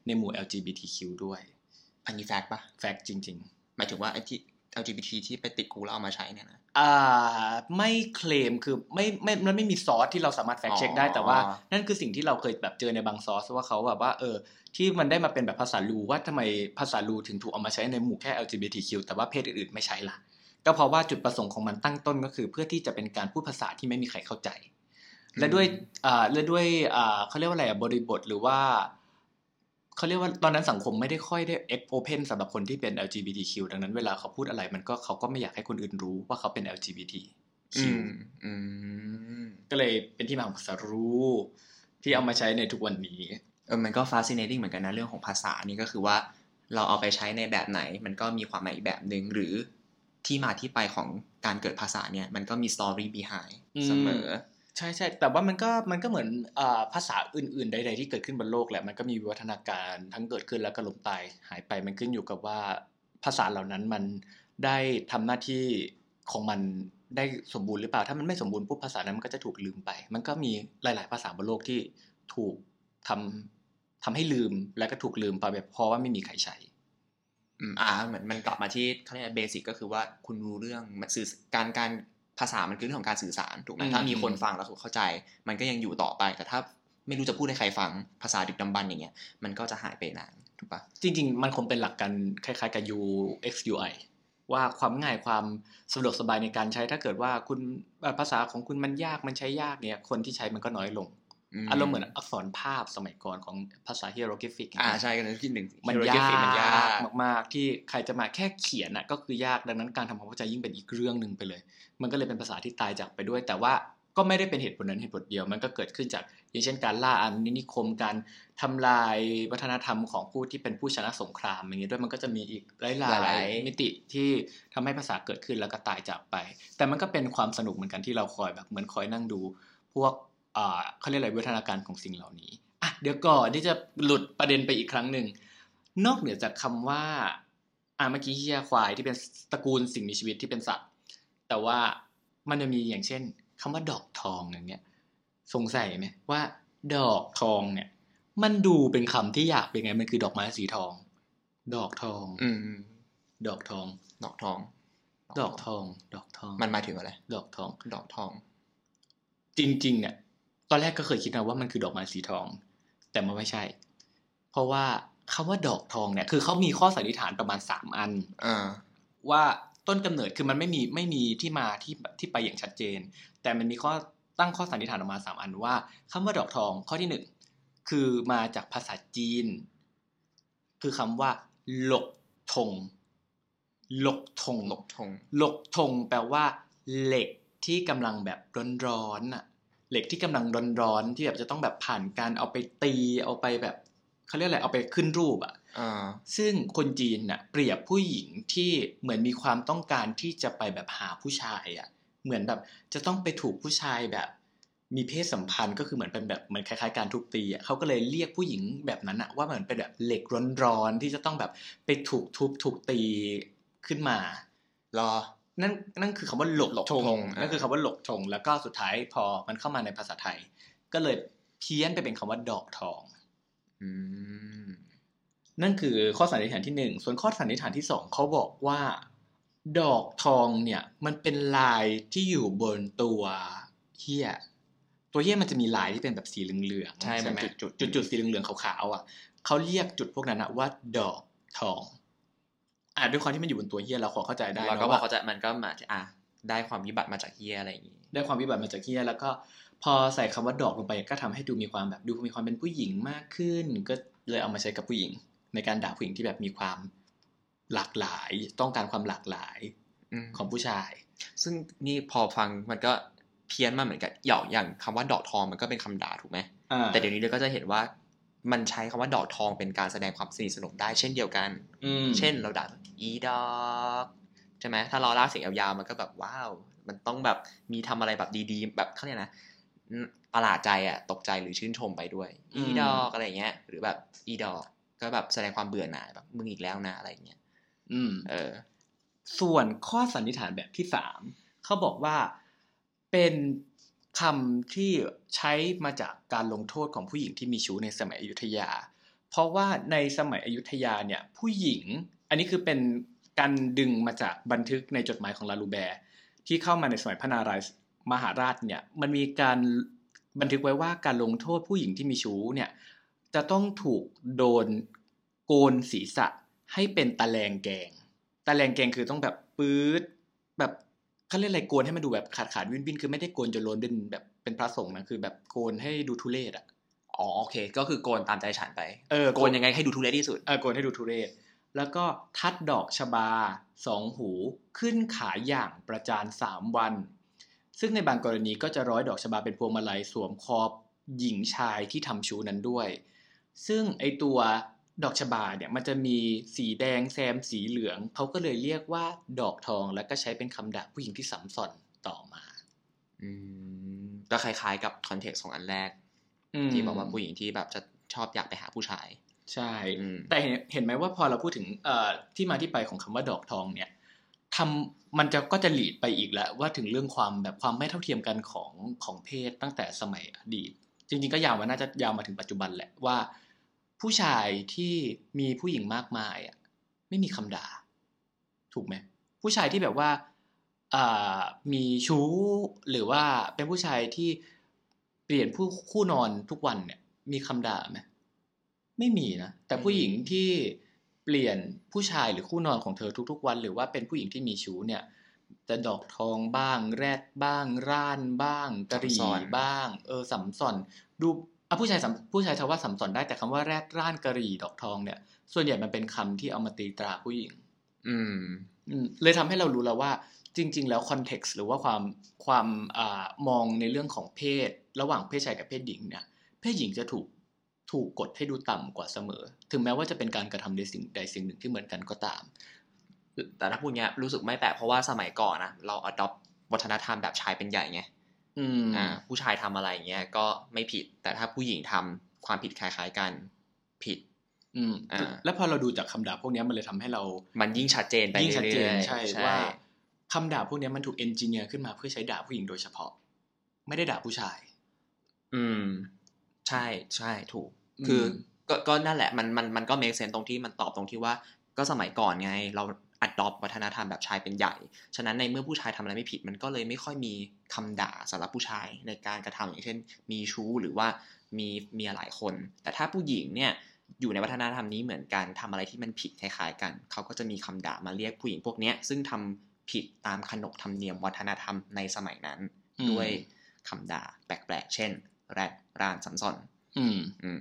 ในหมู่ LGBTQ ด้วย
อันนี้แฟกต์ปะ
แฟกต์จริง ๆ
หมายถึงว่าไอ้ที่ LGBT ที่ไปติดกูแล้วเอามาใช้เนี่ยนะ
อ่าไม่เคลมคือไม่ไม่มันไม่มีซอสที่เราสามารถแฟกเช็คได้
อ๋อ
แต่ว่า นั่นคือสิ่งที่เราเคยแบบเจอในบางซอสว่าเขาแบบว่าเออที่มันได้มาเป็นแบบภาษาลูว่าทำไมภาษาลูถึงถูกเอามาใช้ในหมู่แค่ LGBTQ แต่ว่าเพศอื่นๆไม่ใช้ละก็เพราะว่าจุดประสงค์ของมันตั้งต้นก็คือ เพื่อที่จะเป็นการพูดภาษาที่ไม่มีใครเข้าใจ และด้วยอ่าและด้วยอ่าเขาเรียกว่าอะไรอะบริบทหรือว่าเขาเรียกว่าตอนนั้นสังคมไม่ได้ค่อยได้ open สำหรับคนที่เป็น LGBTQ ดังนั้นเวลาเขาพูดอะไรมันก็เขาก็ไม่อยากให้คนอื่นรู้ว่าเขาเป็น LGBTQ
อืมอืม
ก็เลยเป็นที่มาของภาษารู้ที่เอามาใช้ในทุกวันนี้
เออมันก็ fascinating เหมือนกันนะเรื่องของภาษานี่ก็คือว่า เราเอาไปใช้ในแบบไหน มันก็มีความหมายอีกแบบหนึ่งหรือที่มาที่ไปของการเกิดภาษาเนี่ย มันก็มี story behind
อืม
เสมอ
ใช่ใช่แต่ว่ามันก็มันก็เหมือนอาภาษาอื่นๆใดๆที่เกิดขึ้นบนโลกแหละมันก็มีวิวัฒนาการทั้งเกิดขึ้นแล้วก็ล้มตายหายไปมันขึ้นอยู่กับว่าภาษาเหล่านั้นมันได้ทำหน้าที่ของมันได้สมบูรณ์หรือเปล่า ถ้ามันไม่สมบูรณ์ปุ๊บภาษานั้นมันก็จะถูกลืมไป มันก็มีหลาย ๆ ภาษาบนโลกที่ถูกทำทำให้ลืมแล้วก็ถูกลืมไปแบบเพราะว่าไม่มีใครใช้
อืมอ่าเหมือนมันกลับมาที่เขาเรียกเบสิกก็คือว่าคุณรู้เรื่องมันสื่อการการภาษามันคือเรื่องของการสื่อสารถูกไหม
อืม
ถ้ามีคนฟังแล้วเข้าใจ มันก็ยังอยู่ต่อไป แต่ถ้าไม่รู้จะพูดให้ใครฟังภาษาดึกดำบรรพ์อย่างเงี้ยมันก็จะหายไปนานถูกปะ
จริงๆ มันคงเป็นหลักการคล้ายๆกับ UXUI ว่าความง่ายความสะดวกสบายในการใช้ถ้าเกิดว่าคุณเอ่อภาษาของคุณมันยากมันใช้ยากเนี่ย คนที่ใช้มันก็น้อยลง อารมณ์เหมือนอักษรภาพสมัยก่อนของภาษา hieroglyphic
อ่าใช่กันที่หนึ่ง
มัน
hieroglyphic
ยาก
มันยาก
มากๆ ที่ใครจะมาแค่เขียนน่ะก็คือยากดังนั้นการทำความเข้าใจยิ่งเป็นอีกเรื่องหนึ่งไปเลย มันก็เลยเป็นภาษาที่ตายจากไปด้วย แต่ว่าก็ไม่ได้เป็นเหตุผลนั้นเหตุผลเดียวมันก็เกิดขึ้นจาก อย่างเช่นการล่าอาณานิคมการทำลายวัฒนธรรมของผู้ที่เป็นผู้ชนะสงครามอย่างนี้ด้วยมันก็จะมีอีกหลาย
หลายๆ
ๆมิติที่ทำให้ภาษาเกิดขึ้นแล้วก็ตายจากไป แต่มันก็เป็นความสนุกเหมือนกันที่เราคอยแบบเหมือนคอยนั่งดู พวกอ่าเขาเรียกอะไรวิวัฒนาการของสิ่งเหล่านี้อ่ะเดี๋ยวก่อนที่จะหลุดประเด็นไปอีกครั้งหนึ่ง นอกเหนือจากคำว่าอ่าเมื่อกี้เฮียควายที่เป็นตระกูลสิ่งมีชีวิตที่เป็นสัตว์ แต่ว่ามันจะมีอย่างเช่นคำว่าดอกทองอย่างเงี้ย สงสัยไหมว่า ดอกทองเนี่ย มันดูเป็นคำที่อยากเป็นไง มันคือดอกไม้สีทอง ดอกทอง
อืม
ดอกทอง
ดอกทอง
ดอกทอง ดอกทอง
มันหมายถึงอะไร
ดอกทอง
ดอกทอง
จริงๆเนี่ยตอนแรกก็เคยคิดนะว่ามันคือดอกไม้สีทอง แต่มันไม่ใช่ เพราะว่าคำว่าดอกทองเนี่ยคือเขามีข้อสันนิษฐานประมาณสามอัน
อ่า
ว่าต้นกำเนิดคือมันไม่มีไม่มีที่มาที่ที่ไปอย่างชัดเจน แต่มันมีข้อตั้งข้อสันนิษฐานออกมาสามอันว่าคำว่าดอกทองข้อที่หนึ่งคือมาจากภาษาจีน คือคำว่า หลกทง หลกทง
หลกทง
หลกทงแปลว่า เหล็กที่กำลังแบบร้อนๆน่ะ เหล็กที่กำลังร้อนๆที่แบบจะต้องแบบผ่านการเอาไปตีเอาไปแบบเขาเรียกอะไรเอาไปขึ้นรูปอ่ะ
อ่า
ซึ่งคนจีนน่ะเปรียบผู้หญิงที่เหมือนมีความต้องการที่จะไปแบบหาผู้ชายอ่ะ เหมือนแบบจะต้องไปถูกผู้ชายแบบ มีเพศสัมพันธ์ก็คือเหมือนเป็นแบบเหมือนคล้ายๆ การทุบตีอ่ะเขาก็เลยเรียกผู้หญิงแบบนั้นอ่ะว่าเหมือนเป็นแบบเหล็กร้อนๆที่จะต้องแบบไปถูกทุบถูกตีขึ้นมา
รอ
นั่นนั่นคือคำว่าหลก
หลก
ธ
ธ
ง
ง
นั่นคือคำว่าหลกธงแล้วก็สุดท้ายพอมันเข้ามาในภาษาไทย ก็เลยเพี้ยนไปเป็นคำว่าดอกทอง
อืม
นั่นคือข้อสันนิษฐานที่หนึ่งส่วนข้อสันนิษฐานที่สองเขาบอกว่า ดอกทองเนี่ยมันเป็นลายที่อยู่บนตัวเหี้ยตัวเหี้ยมันจะมีลายที่เป็นแบบสีเหลืองๆ
ใช่
ไหม
เป็นจุดๆ
จุดๆสีเหลืองๆขาวๆอ่ะเขาเรียกจุดพวกนั้นอะว่า ดอกทองอ่ะด้วยความที่มันอยู่บนตัวเหี้ยเราขอเข้าใจได้นะ
เราก็บอก
ว่า
เขาจะมันก็มาอ่ะได้ความวิบัติมาจากเฮียอะไรอย่างงี้
ได้ความวิบัติมาจากเฮียแล้วก็พอใส่คำว่าดอกลงไปก็ทำให้ดูมีความแบบดูมีความเป็นผู้หญิงมากขึ้น ก็เลยเอามาใช้กับผู้หญิงใน ในการด่าผู้หญิงที่แบบมีความหลากหลาย ต้องการความหลากหลาย
อืม
ของผู้ชาย
ซึ่งนี่พอฟังมันก็เพี้ยนมาเหมือนกันอย่างอย่างคำว่าดอกทองมันก็เป็นคำด่าถูกไหม แต่เดี๋ยวนี้เราก็จะเห็นว่ามันใช้คำว่าดอกทองเป็นการแสดงความสนิทสนมได้เช่นเดียวกัน
อืม
เช่นเราด่าอีดอกใช่ไหมถ้าเราลากเสียงยาวๆมันก็แบบว้าว มันต้องแบบมีทำอะไรแบบดีๆ แบบเขาเรียกนะประหลาดใจอะตกใจหรือชื่นชมไปด้วย อีดอกอะไรอย่างเงี้ย หรือแบบอีดอกก็แบบแสดงความเบื่อหน่ายแบบมึงอีกแล้วนะอะไรอย่างเงี้ย
อืม
เออ
ส่วนข้อสันนิษฐานแบบที่สามเขาบอกว่าเป็นคำที่ใช้มาจากการลงโทษของผู้หญิงที่มีชู้ในสมัยอยุธยา เพราะว่าในสมัยอยุธยาเนี่ยผู้หญิง อันนี้คือเป็นการดึงมาจากบันทึกในจดหมายของลาลูแบร์ที่เข้ามาในสมัยพระนารายณ์มหาราชเนี่ยมันมีการบันทึกไว้ว่าการลงโทษผู้หญิงที่มีชู้เนี่ยจะต้องถูกโดนโกนศีรษะให้เป็นตะแลงแกง ตะแลงแกงคือต้องแบบปื๊ดแบบเขาเรียกอะไรโกนให้มันดูแบบขาดขาดๆวิ่นวินๆคือไม่ได้โกนจนโลนดินแบบเป็นพระสงฆ์นะคือแบบโกนให้ดูทุเรศอ่ะ
อ๋อโอเค ก็คือโกนตามใจฉันไป
เออ
โกนยังไงให้ดูทุเรศที่สุด
เออโกนให้ดูทุเรศ แล้วก็ทัดดอกชบาสองหูขึ้นขายอย่างประจานสามวัน ซึ่งในบางกรณีก็จะร้อยดอกชบาเป็นพวงมาลัยสวมคอบหญิงชายที่ทำชู้นั้นด้วย ซึ่งไอตัวดอกชบาเนี่ยมันจะมีสีแดงแซมสีเหลือง เขาก็เลยเรียกว่าดอกทองแล้วก็ใช้เป็นคำด่าผู้หญิงที่สัมสอนต่อมา
อืมก็คล้ายๆกับคอนเทกต์ของอันแรก ที่บอกว่าผู้หญิงที่แบบจะชอบอยากไปหาผู้ชาย
ใช่
อืม
แต่เห็นเห็นไหมว่าพอเราพูดถึงเอ่อที่มาที่ไปของคำว่าดอกทองเนี่ยทำมันจะก็จะหลีดไปอีกแล้วว่าถึงเรื่องความแบบความไม่เท่าเทียมกันของของเพศตั้งแต่สมัยอดีต จริงๆก็ยาวมาน่าจะยาวมาถึงปัจจุบันแหละว่า ผู้ชายที่มีผู้หญิงมากมายอ่ะไม่มีคำด่า ถูกไหมผู้ชายที่แบบว่าอ่ามีชู้หรือว่าเป็นผู้ชายที่เปลี่ยนผู้คู่นอนทุกวันเนี่ย มีคำด่าไหมไม่มีนะแต่ผู้หญิงที่เปลี่ยนผู้ชายหรือคู่นอนของเธอทุก ๆ วัน หรือว่าเป็นผู้หญิงที่มีชู้เนี่ยจะดอกทองบ้าง แรดบ้าง ร่านบ้างกะหรี่
สัมสอน
บ้าง เออสัมสอน ดูอ่ะผู้ชายสัมผู้ชายชาวว่าสัมสอนได้แต่คำว่าแรดร่านกะหรี่ดอกทองเนี่ย ส่วนใหญ่มันเป็นคำที่เอามาตีตราผู้หญิง
อืม
อืมเลยทำให้เรารู้แล้วว่าจริง ๆ แล้วคอนเท็กซ์หรือว่าความความอามองในเรื่องของเพศ ระหว่างเพศชายกับเพศหญิงเนี่ยเพศหญิงจะถูกถูกกดให้ดูต่ำกว่าเสมอ ถึงแม้ว่าจะเป็นการกระทำในสิ่งใดสิ่งหนึ่งที่เหมือนกันก็ตาม
แต่ถ้าพูดเงี้ยรู้สึกไม่แปลกเพราะว่าสมัยก่อนนะเราอดอปวัฒนธรรมแบบชายเป็นใหญ่ไง
อืม
อ่าผู้ชายทำอะไรอย่างเงี้ยก็ไม่ผิด แต่ถ้าผู้หญิงทำความผิดคล้ายๆกันผิด
อืม
อ่า
แล้วพอเราดูจากคำด่าพวกเนี้ยมันเลยทำให้เรา
มันยิ่งชัดเจนไป
ยิ่งชัดเจน
รื่อยๆ
ใช่ว่าคำด่าพวกเนี้ยมันถูกเอนจิเนียร์ขึ้นมาเพื่อใช้ด่าผู้หญิงโดยเฉพาะ ไม่ได้ด่าผู้ชาย
อืม ใช่ใช่ถูก
อืม
คือก็ก็นั่นแหละมันมันมันก็เมคเซนตรงที่มันตอบตรงที่ว่า ก็สมัยก่อนไง เราอดอปวัฒนธรรมแบบชายเป็นใหญ่ ฉะนั้นในเมื่อผู้ชายทำอะไรไม่ผิด มันก็เลยไม่ค่อยมีคำด่าสำหรับผู้ชายในการกระทำอย่างเช่น มีชู้หรือว่ามีเมียหลายคน แต่ถ้าผู้หญิงเนี่ยอยู่ในวัฒนธรรมนี้เหมือนกันทำอะไรที่มันผิดคล้ายๆกัน เขาก็จะมีคำด่ามาเรียกผู้หญิงพวกเนี้ยซึ่งทำผิดตามขนบธรรมเนียมวัฒนธรรมในสมัยนั้น
อืม
ด้วยคำด่าแปลกๆ เช่น แรดร่านสัมซอน
อืม
อืม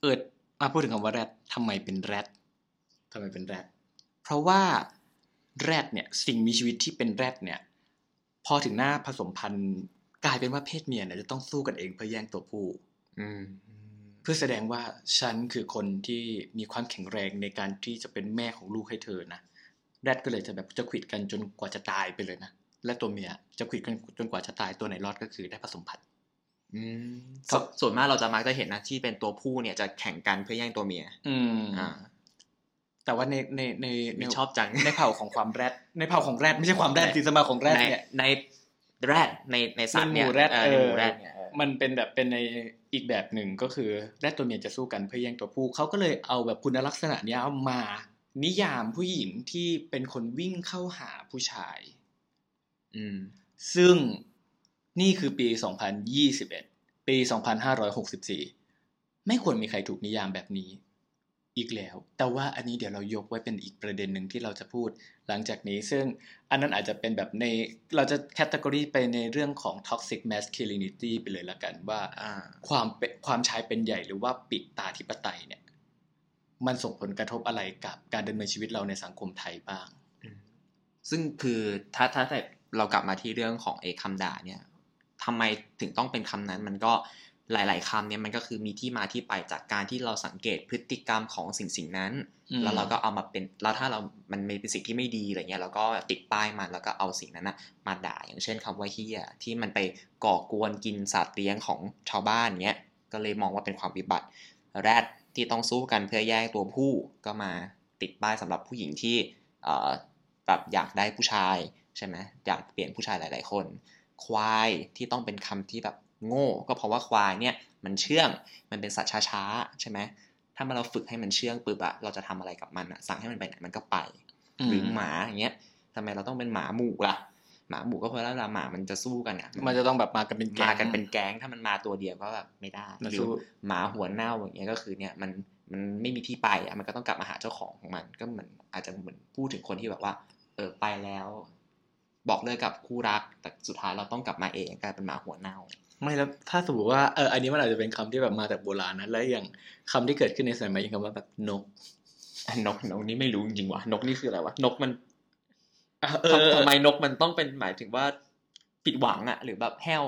เอิดมาพูดถึงคำว่าแรดทำไมเป็นแรดทำไมเป็นแรดเพราะว่าแรดเนี่ยสิ่งมีชีวิตที่เป็นแรดเนี่ย พอถึงหน้าผสมพันธุ์กลายเป็นว่าเพศเมียเนี่ยจะต้องสู้กันเองเพื่อแย่งตัวผู้
อืม
เพื่อแสดงว่าฉันคือคนที่มีความแข็งแรงในการที่จะเป็นแม่ของลูกให้เธอนะแรดก็เลยจะแบบจะขวิดกันจนกว่าจะตายไปเลยนะและตัวเมียจะขวิดกันจนกว่าจะตายตัวไหนรอดก็คือได้ผสมพันธุ์
อืม
ครับ
สส่วนมากเราจะมักจะเห็นนะที่เป็นตัวผู้เนี่ยจะแข่งกันเพื่อแย่งตัวเมีย
อืม
อ่า
แต่ว่าในในในใน
ไม่ชอบจัง
ในเผ่าของความแรดในเผ่าของแรดไม่ใช่ความแรด
ใน
สิสมาของแรด
ใน
เนี่ย
ในแรดในในสัตว์
ในหมู่
เนี่ย
แรด
เออ
เอ
ในห
อ
มู่แรดเนี่ยเออ
มันเป็นแบบเป็นในอีกแบบหนึ่งก็คือแรดตัวเมียจะสู้กันเพื่อแย่งตัวผู้เขาก็เลยเอาแบบคุณลักษณะเนี้ยเอามา นิยามผู้หญิงที่เป็นคนวิ่งเข้าหาผู้ชาย
อืม
ซึ่งนี่คือปี 2021 ปี 2564 ไม่ควรมีใครถูกนิยามแบบนี้อีกแล้ว แต่ว่าอันนี้เดี๋ยวเรายกไว้เป็นอีกประเด็นหนึ่งที่เราจะพูดหลังจากนี้ ซึ่งอันนั้นอาจจะเป็นแบบในเราจะแคตตากรีไปในเรื่องของ toxic masculinity ไปเลยละกันว่า
อ่า
ความเป็นความชายเป็นใหญ่หรือว่าปิดตาธิปไตยเนี่ย มันส่งผลกระทบอะไรกับการดำเนินชีวิตเราในสังคมไทยบ้าง
ซึ่งคือถ้าถ้าแต่เรากลับมาที่เรื่องของเอกคำด่าเนี่ยทำไมถึงต้องเป็นคำนั้น มันก็หลาย ๆคำเนี่ยมันก็คือมีที่มาที่ไปจากการที่เราสังเกตพฤติกรรมของสิ่งสิ่งนั้น
อืม
แล้วเราก็เอามาเป็นแล้วถ้าเรามันเป็นสิ่งที่ไม่ดีอะไรเงี้ยเราก็ติดป้ายมันแล้วก็เอาสิ่งนั้นนะมาด่าอย่างเช่นคำว่าเฮียที่มันไปก่อกวนกินสัตว์เลี้ยงของชาวบ้านเงี้ยก็เลยมองว่าเป็นความวิบัติ แรดที่ต้องสู้กันเพื่อแย่งตัวผู้ก็มาติดป้ายสำหรับผู้หญิงที่เอ่อแบบอยากได้ผู้ชายใช่ไหมอยากเปลี่ยนผู้ชายหลาย ๆ คน ควายที่ต้องเป็นคำที่แบบโง่ ก็เพราะว่าควายเนี่ยมันเชื่องมันเป็นสัตว์ช้าๆใช่ไหมถ้าเราฝึกให้มันเชื่องปุ๊บอะเราจะทำอะไรกับมันอะสั่งให้มันไปไหนมันก็ไป หรือหมาอย่างเงี้ยทำไมเราต้องเป็นหมาหมู่ล่ะ หมาหมู่ก็เพราะเวลาหมามันจะสู้กันอะ
มันจะต้องแบบมากันเป็นแก๊ง
มากันเป็นแก๊งถ้ามันมาตัวเดียวก็แบบไม่ได้
มัน
หรื
สู้
อหมาหัวเน่าอย่างเงี้ยก็คือเนี่ยมันมันไม่มีที่ไปอ่ะมันก็ต้องกลับมาหาเจ้าของของมัน ก็เหมือนอาจจะเหมือนพูดถึงคนที่แบบว่า เออไปแล้ว บอกเลิกกับคู่รัก แต่สุดท้ายเราต้องกลับมาเองกลายเป็นหมาหัวเน่า
ไม่แล้วถ้าสมมติว่าเอออันนี้มันอาจจะเป็นคำที่แบบมาจากโบราณนะและอย่างคำที่เกิดขึ้นในสมัยใหม่อย่างคำว่าแบบนก
อ่ะ *laughs* นกนกนี่ไม่รู้จริงๆวะนกนี่คืออะไรวะนกมัน
เอ
ทำ
อ
ทำไมนกมันต้องเป็นหมายถึงว่าผิดหวังอ่ะ หรือแบบแห้ว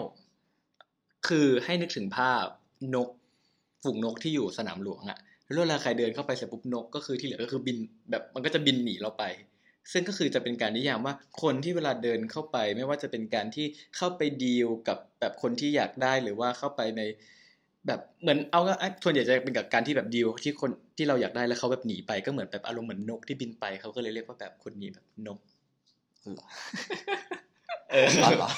คือให้นึกถึงภาพนกฝูงนกที่อยู่สนามหลวงอะแล้วเวลาใครเดินเข้าไปเสร็จปุ๊บนกก็คือที่เหลือก็คือบินแบบมันก็จะบินหนีเราไป ซึ่งก็คือจะเป็นการนิยามว่าคนที่เวลาเดินเข้าไป ไม่ว่าจะเป็นการที่เข้าไปดีลกับแบบคนที่อยากได้หรือว่าเข้าไปใน แบบเหมือนเอาก็ส่วนใหญ่จะเป็นกับการที่แบบดีลที่คนที่เราอยากได้แล้วเขาแบบหนีไปก็เหมือนแบบอารมณ์เหมือนนกที่บินไปเขาก็เลยเรียกว่าแบบคนหนีแบบนก เออ
อ๋อ
*laughs*
เหรอ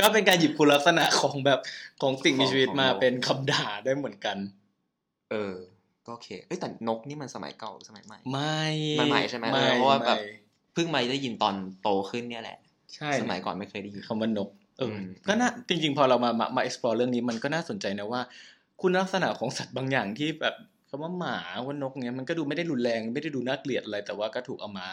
ก็เป็นการหยิบคุณลักษณะของแบบของสิ่งมีชีวิตมา
ของนก
เป็นคำด่าได้เหมือนกัน
เออ ก็โอเคเอ้ยแต่นกนี่มันสมัยเก่าหรือสมัยใหม่
ไม่
มันใหม่ใช่ไหม
ไม่
เพราะว่าแบบ
ไม่
เพิ่งมาได้ยินตอนโตขึ้นเนี่ยแหละ
ใช่
สมัยก่อนไม่เคยได้ยิน
คำว่านกเอออ
ม
ก็น่าจริง ๆ พอเรามามามา explore เรื่องนี้มันก็น่าสนใจนะว่า คุณลักษณะของสัตว์บางอย่างที่แบบคำว่าหมาว่านกเนี้ยมันก็ดูไม่ได้รุนแรงไม่ได้ดูน่าเกลียดอะไร แต่ว่าก็ถูกเอามา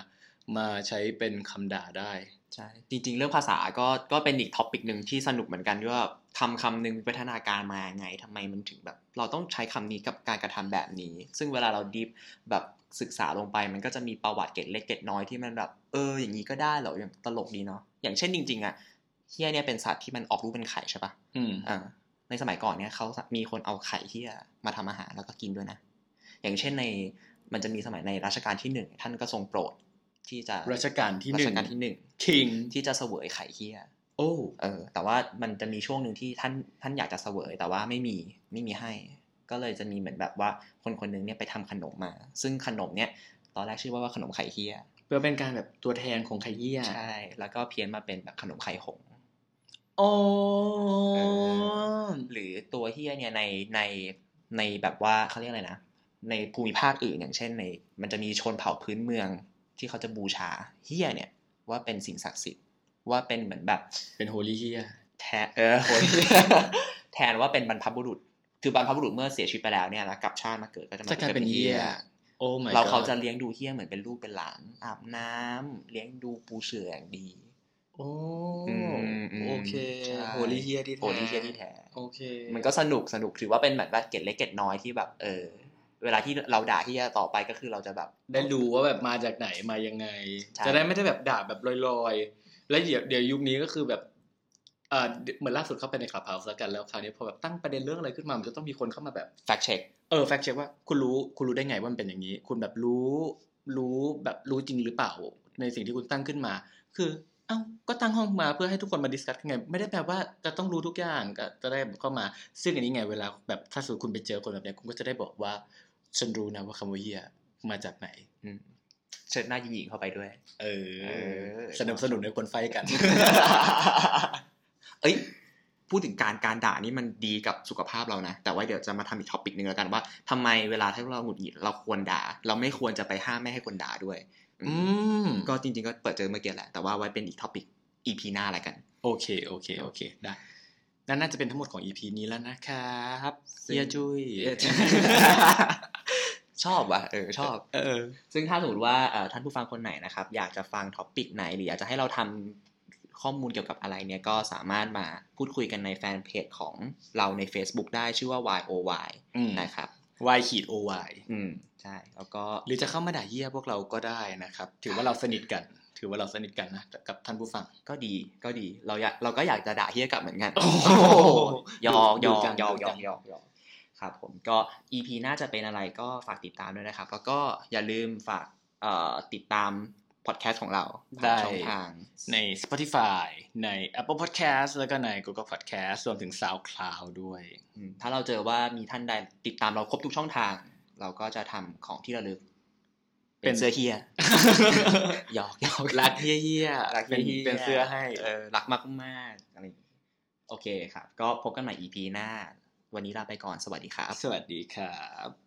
มาใช้เป็นคำด่าได้
ใช่ จริง ๆ เรื่องภาษาก็ก็เป็นอีกท็อปิกหนึ่งที่สนุกเหมือนกันด้วยว่าคำคำหนึ่งพัฒนาการมายังไงทำไมมันถึงแบบ เราต้องใช้คำนี้กับการกระทำแบบนี้ ซึ่งเวลาเราดิฟแบบศึกษาลงไป มันก็จะมีประวัติเกร็ดเล็กเกร็ดน้อยที่มันแบบเอออย่างนี้ก็ได้เหรออย่างตลกดีเนาะอย่างเช่นจริง ๆอ่ะเฮียเนี่ยเป็นสัตว์ที่มันออกรูปเป็นไข่ใช่ปะ
อืม
อ่าในสมัยก่อนเนี่ยเขามีคนเอาไข่เฮียมาทำอาหารแล้วก็กินด้วยนะ อย่างเช่นในมันจะมีสมัยในรัชกาลที่หนึ่งท่านก็ทรงโปรดที่จะ
รัชกาลที่หนึ่ง
รัชกาลที่หนึ่ง
คิง
ที่จะเสวยไข่เฮีย
โอ้
เออ แต่ว่ามันจะมีช่วงหนึ่งที่ท่านท่านอยากจะเสวย แต่ว่าไม่มีไม่มีให้ ก็เลยจะมีเหมือนแบบว่าคนคนหนึงเนี่ยไปทำขนมมา ซึ่งขนมเนี่ยตอนแรกชื่อว่าว่าขนมไข่เฮีย
เพื่อเป็นการแบบตัวแทนของไคเยี่ย
ใช่ แล้วก็เพี้ยนมาเป็นแบบขนมไข่หงส์
โอ้
หรือตัวเฮียเนี่ยในในในแบบว่าเขาเรียกอะไรนะ ในภูมิภาคอื่นอย่างเช่นใน มันจะมีชนเผ่าพื้นเมืองที่เขาจะบูชาเฮียเนี่ยว่าเป็นสิ่งศักดิ์สิทธิ์ว่าเป็นเหมือนแบบ
เป็นโฮลี่เฮีย
แทนเออ *laughs* คน แทนว่าเป็นบรรพบุรุษ คือบรรพบุรุษเมื่อเสียชีวิตไปแล้วเนี่ยแล้วกลับชาติมาเกิดก็จะมา
จะกลายเป็นเหี้ย โอ้ my
เรา
god
เขาจะเลี้ยงดูเฮียเหมือนเป็นลูกเป็นหลานอาบน้ำเลี้ยงดูปูเสืออย่างดี
โอ้
อืมอืม
โอเค
ใช่
โฮลี่เฮียที่แท้
โอดีเฮียที่แท้
โอเค
มันก็สนุกสนุกถือว่าเป็นแบบว่าเกร็ดเล็กเกร็ดน้อยที่แบบ เออ เวลาที่เราด่าเฮียต่อไปก็คือเราจะแบบ
ได้รู้ว่าแบบมาจากไหนมายังไง
ใช่
จะได้ไม่ได้แบบด่าแบบลอยๆ แล้วเดี๋ยวเดี๋ยวยุคนี้ก็คือแบบเออเหมือนล่าสุดเข้าไปในคลับเฮาส์แล้วกันแล้วคราวนี้พอแบบตั้งประเด็นเรื่องอะไรขึ้นมามันจะต้องมีคนเข้ามาแบบ
แฟกเช็ค
เออแฟกเช็คว่าคุณรู้คุณรู้ได้ไงว่ามันเป็นอย่างนี้ คุณแบบรู้รู้แบบรู้จริงหรือเปล่า ในสิ่งที่คุณตั้งขึ้นมา คือ เอ้าก็ตั้งห้องมาเพื่อให้ทุกคนมาดิสคัสกันไง ไม่ได้แปลว่าจะต้องรู้ทุกอย่างก็จะได้เข้ามา ซึ่งอันนี้ไงเวลาแบบถ้าสมมติคุณไปเจอคนแบบเนี้ยคุณก็จะได้บอกว่า ฉันรู้นะว่าคำว่าเฮียมาจากไหน
อืมเชิดหน้าหยิงๆเข้าไปด้วย
เออ
เออ
สนับสนุนในคนไฟกัน
*laughs* เอ้ยพูดถึงการการด่านี่มันดีกับสุขภาพเรานะ แต่ว่าเดี๋ยวจะมาทำอีกท็อปิกหนึ่งแล้วกันว่าทำไมเวลาที่เราหงุดหงิดเราควรด่า เราไม่ควรจะไปห้ามไม่ให้คนด่าด้วยอื
อื
ม
ม
ก็จริงๆก็เปิดเจอเมื่อกี้แหละ แต่ว่าไว้เป็นอีกท็อปิก EP หน้าแล้วกัน
โอเคโอเคโอเคได้นั่นน่าจะเป็นทั้งหมดของ EP นี้แล้วนะครับเฮียจุย
ชอบว่ะเออชอบ
เออ
ซึ่งถ้าสมมติว่าเอ่อท่านผู้ฟังคนไหนนะครับ อยากจะฟังท็อปิกไหน หรืออยากจะให้เราทำข้อมูลเกี่ยวกับอะไรเนี่ยก็สามารถมาพูดคุยกันในแฟนเพจของเราใน Facebook ได้ชื่อว่า YOY
อืม
นะครับ
y ขีด o y
อืม ใช่แล้วก็
หรือจะเข้ามาด่าเยี่ยพวกเราก็ได้นะครับ ถือว่าเราสนิทกัน ถือว่าเราสนิทกันนะกับท่านผู้ฟัง
ก็ดีก็ดี เราอยากเราก็อยากจะด่าเฮียกลับเหมือนกัน
โอ้โห
ยอกย
ดู
อก
จัง
ยอก
ดู
ย
จั
อก
ง
ยอกยอกครับผมก็ EP น่าจะเป็นอะไรก็ฝากติดตามด้วยนะครับ แล้วก็อย่าลืมฝากเอ่อติดตามพอดแคสต์ของเราผ่านช่องทาง
ใน Spotify ใน Apple Podcast แล้วก็ใน Google Podcast รวมถึง SoundCloud ด้วย
อืมถ้าเราเจอว่ามีท่านใดติดตามเราครบทุกช่องทาง เราก็จะทำของที่ระลึก
เป็
เป็น
น
เสื้อเฮีย *laughs* หยอกหยอก
รักเยี่ย
รัก
เป็น
ฮีย
เป็นเสื้อให้
เออรักมากมากๆอะไรอย่างงี้โอเคครับ ก็พบกันใหม่ EP หน้า วันนี้ลาไปก่อนสวัสดีครับ
สวัสดีครับ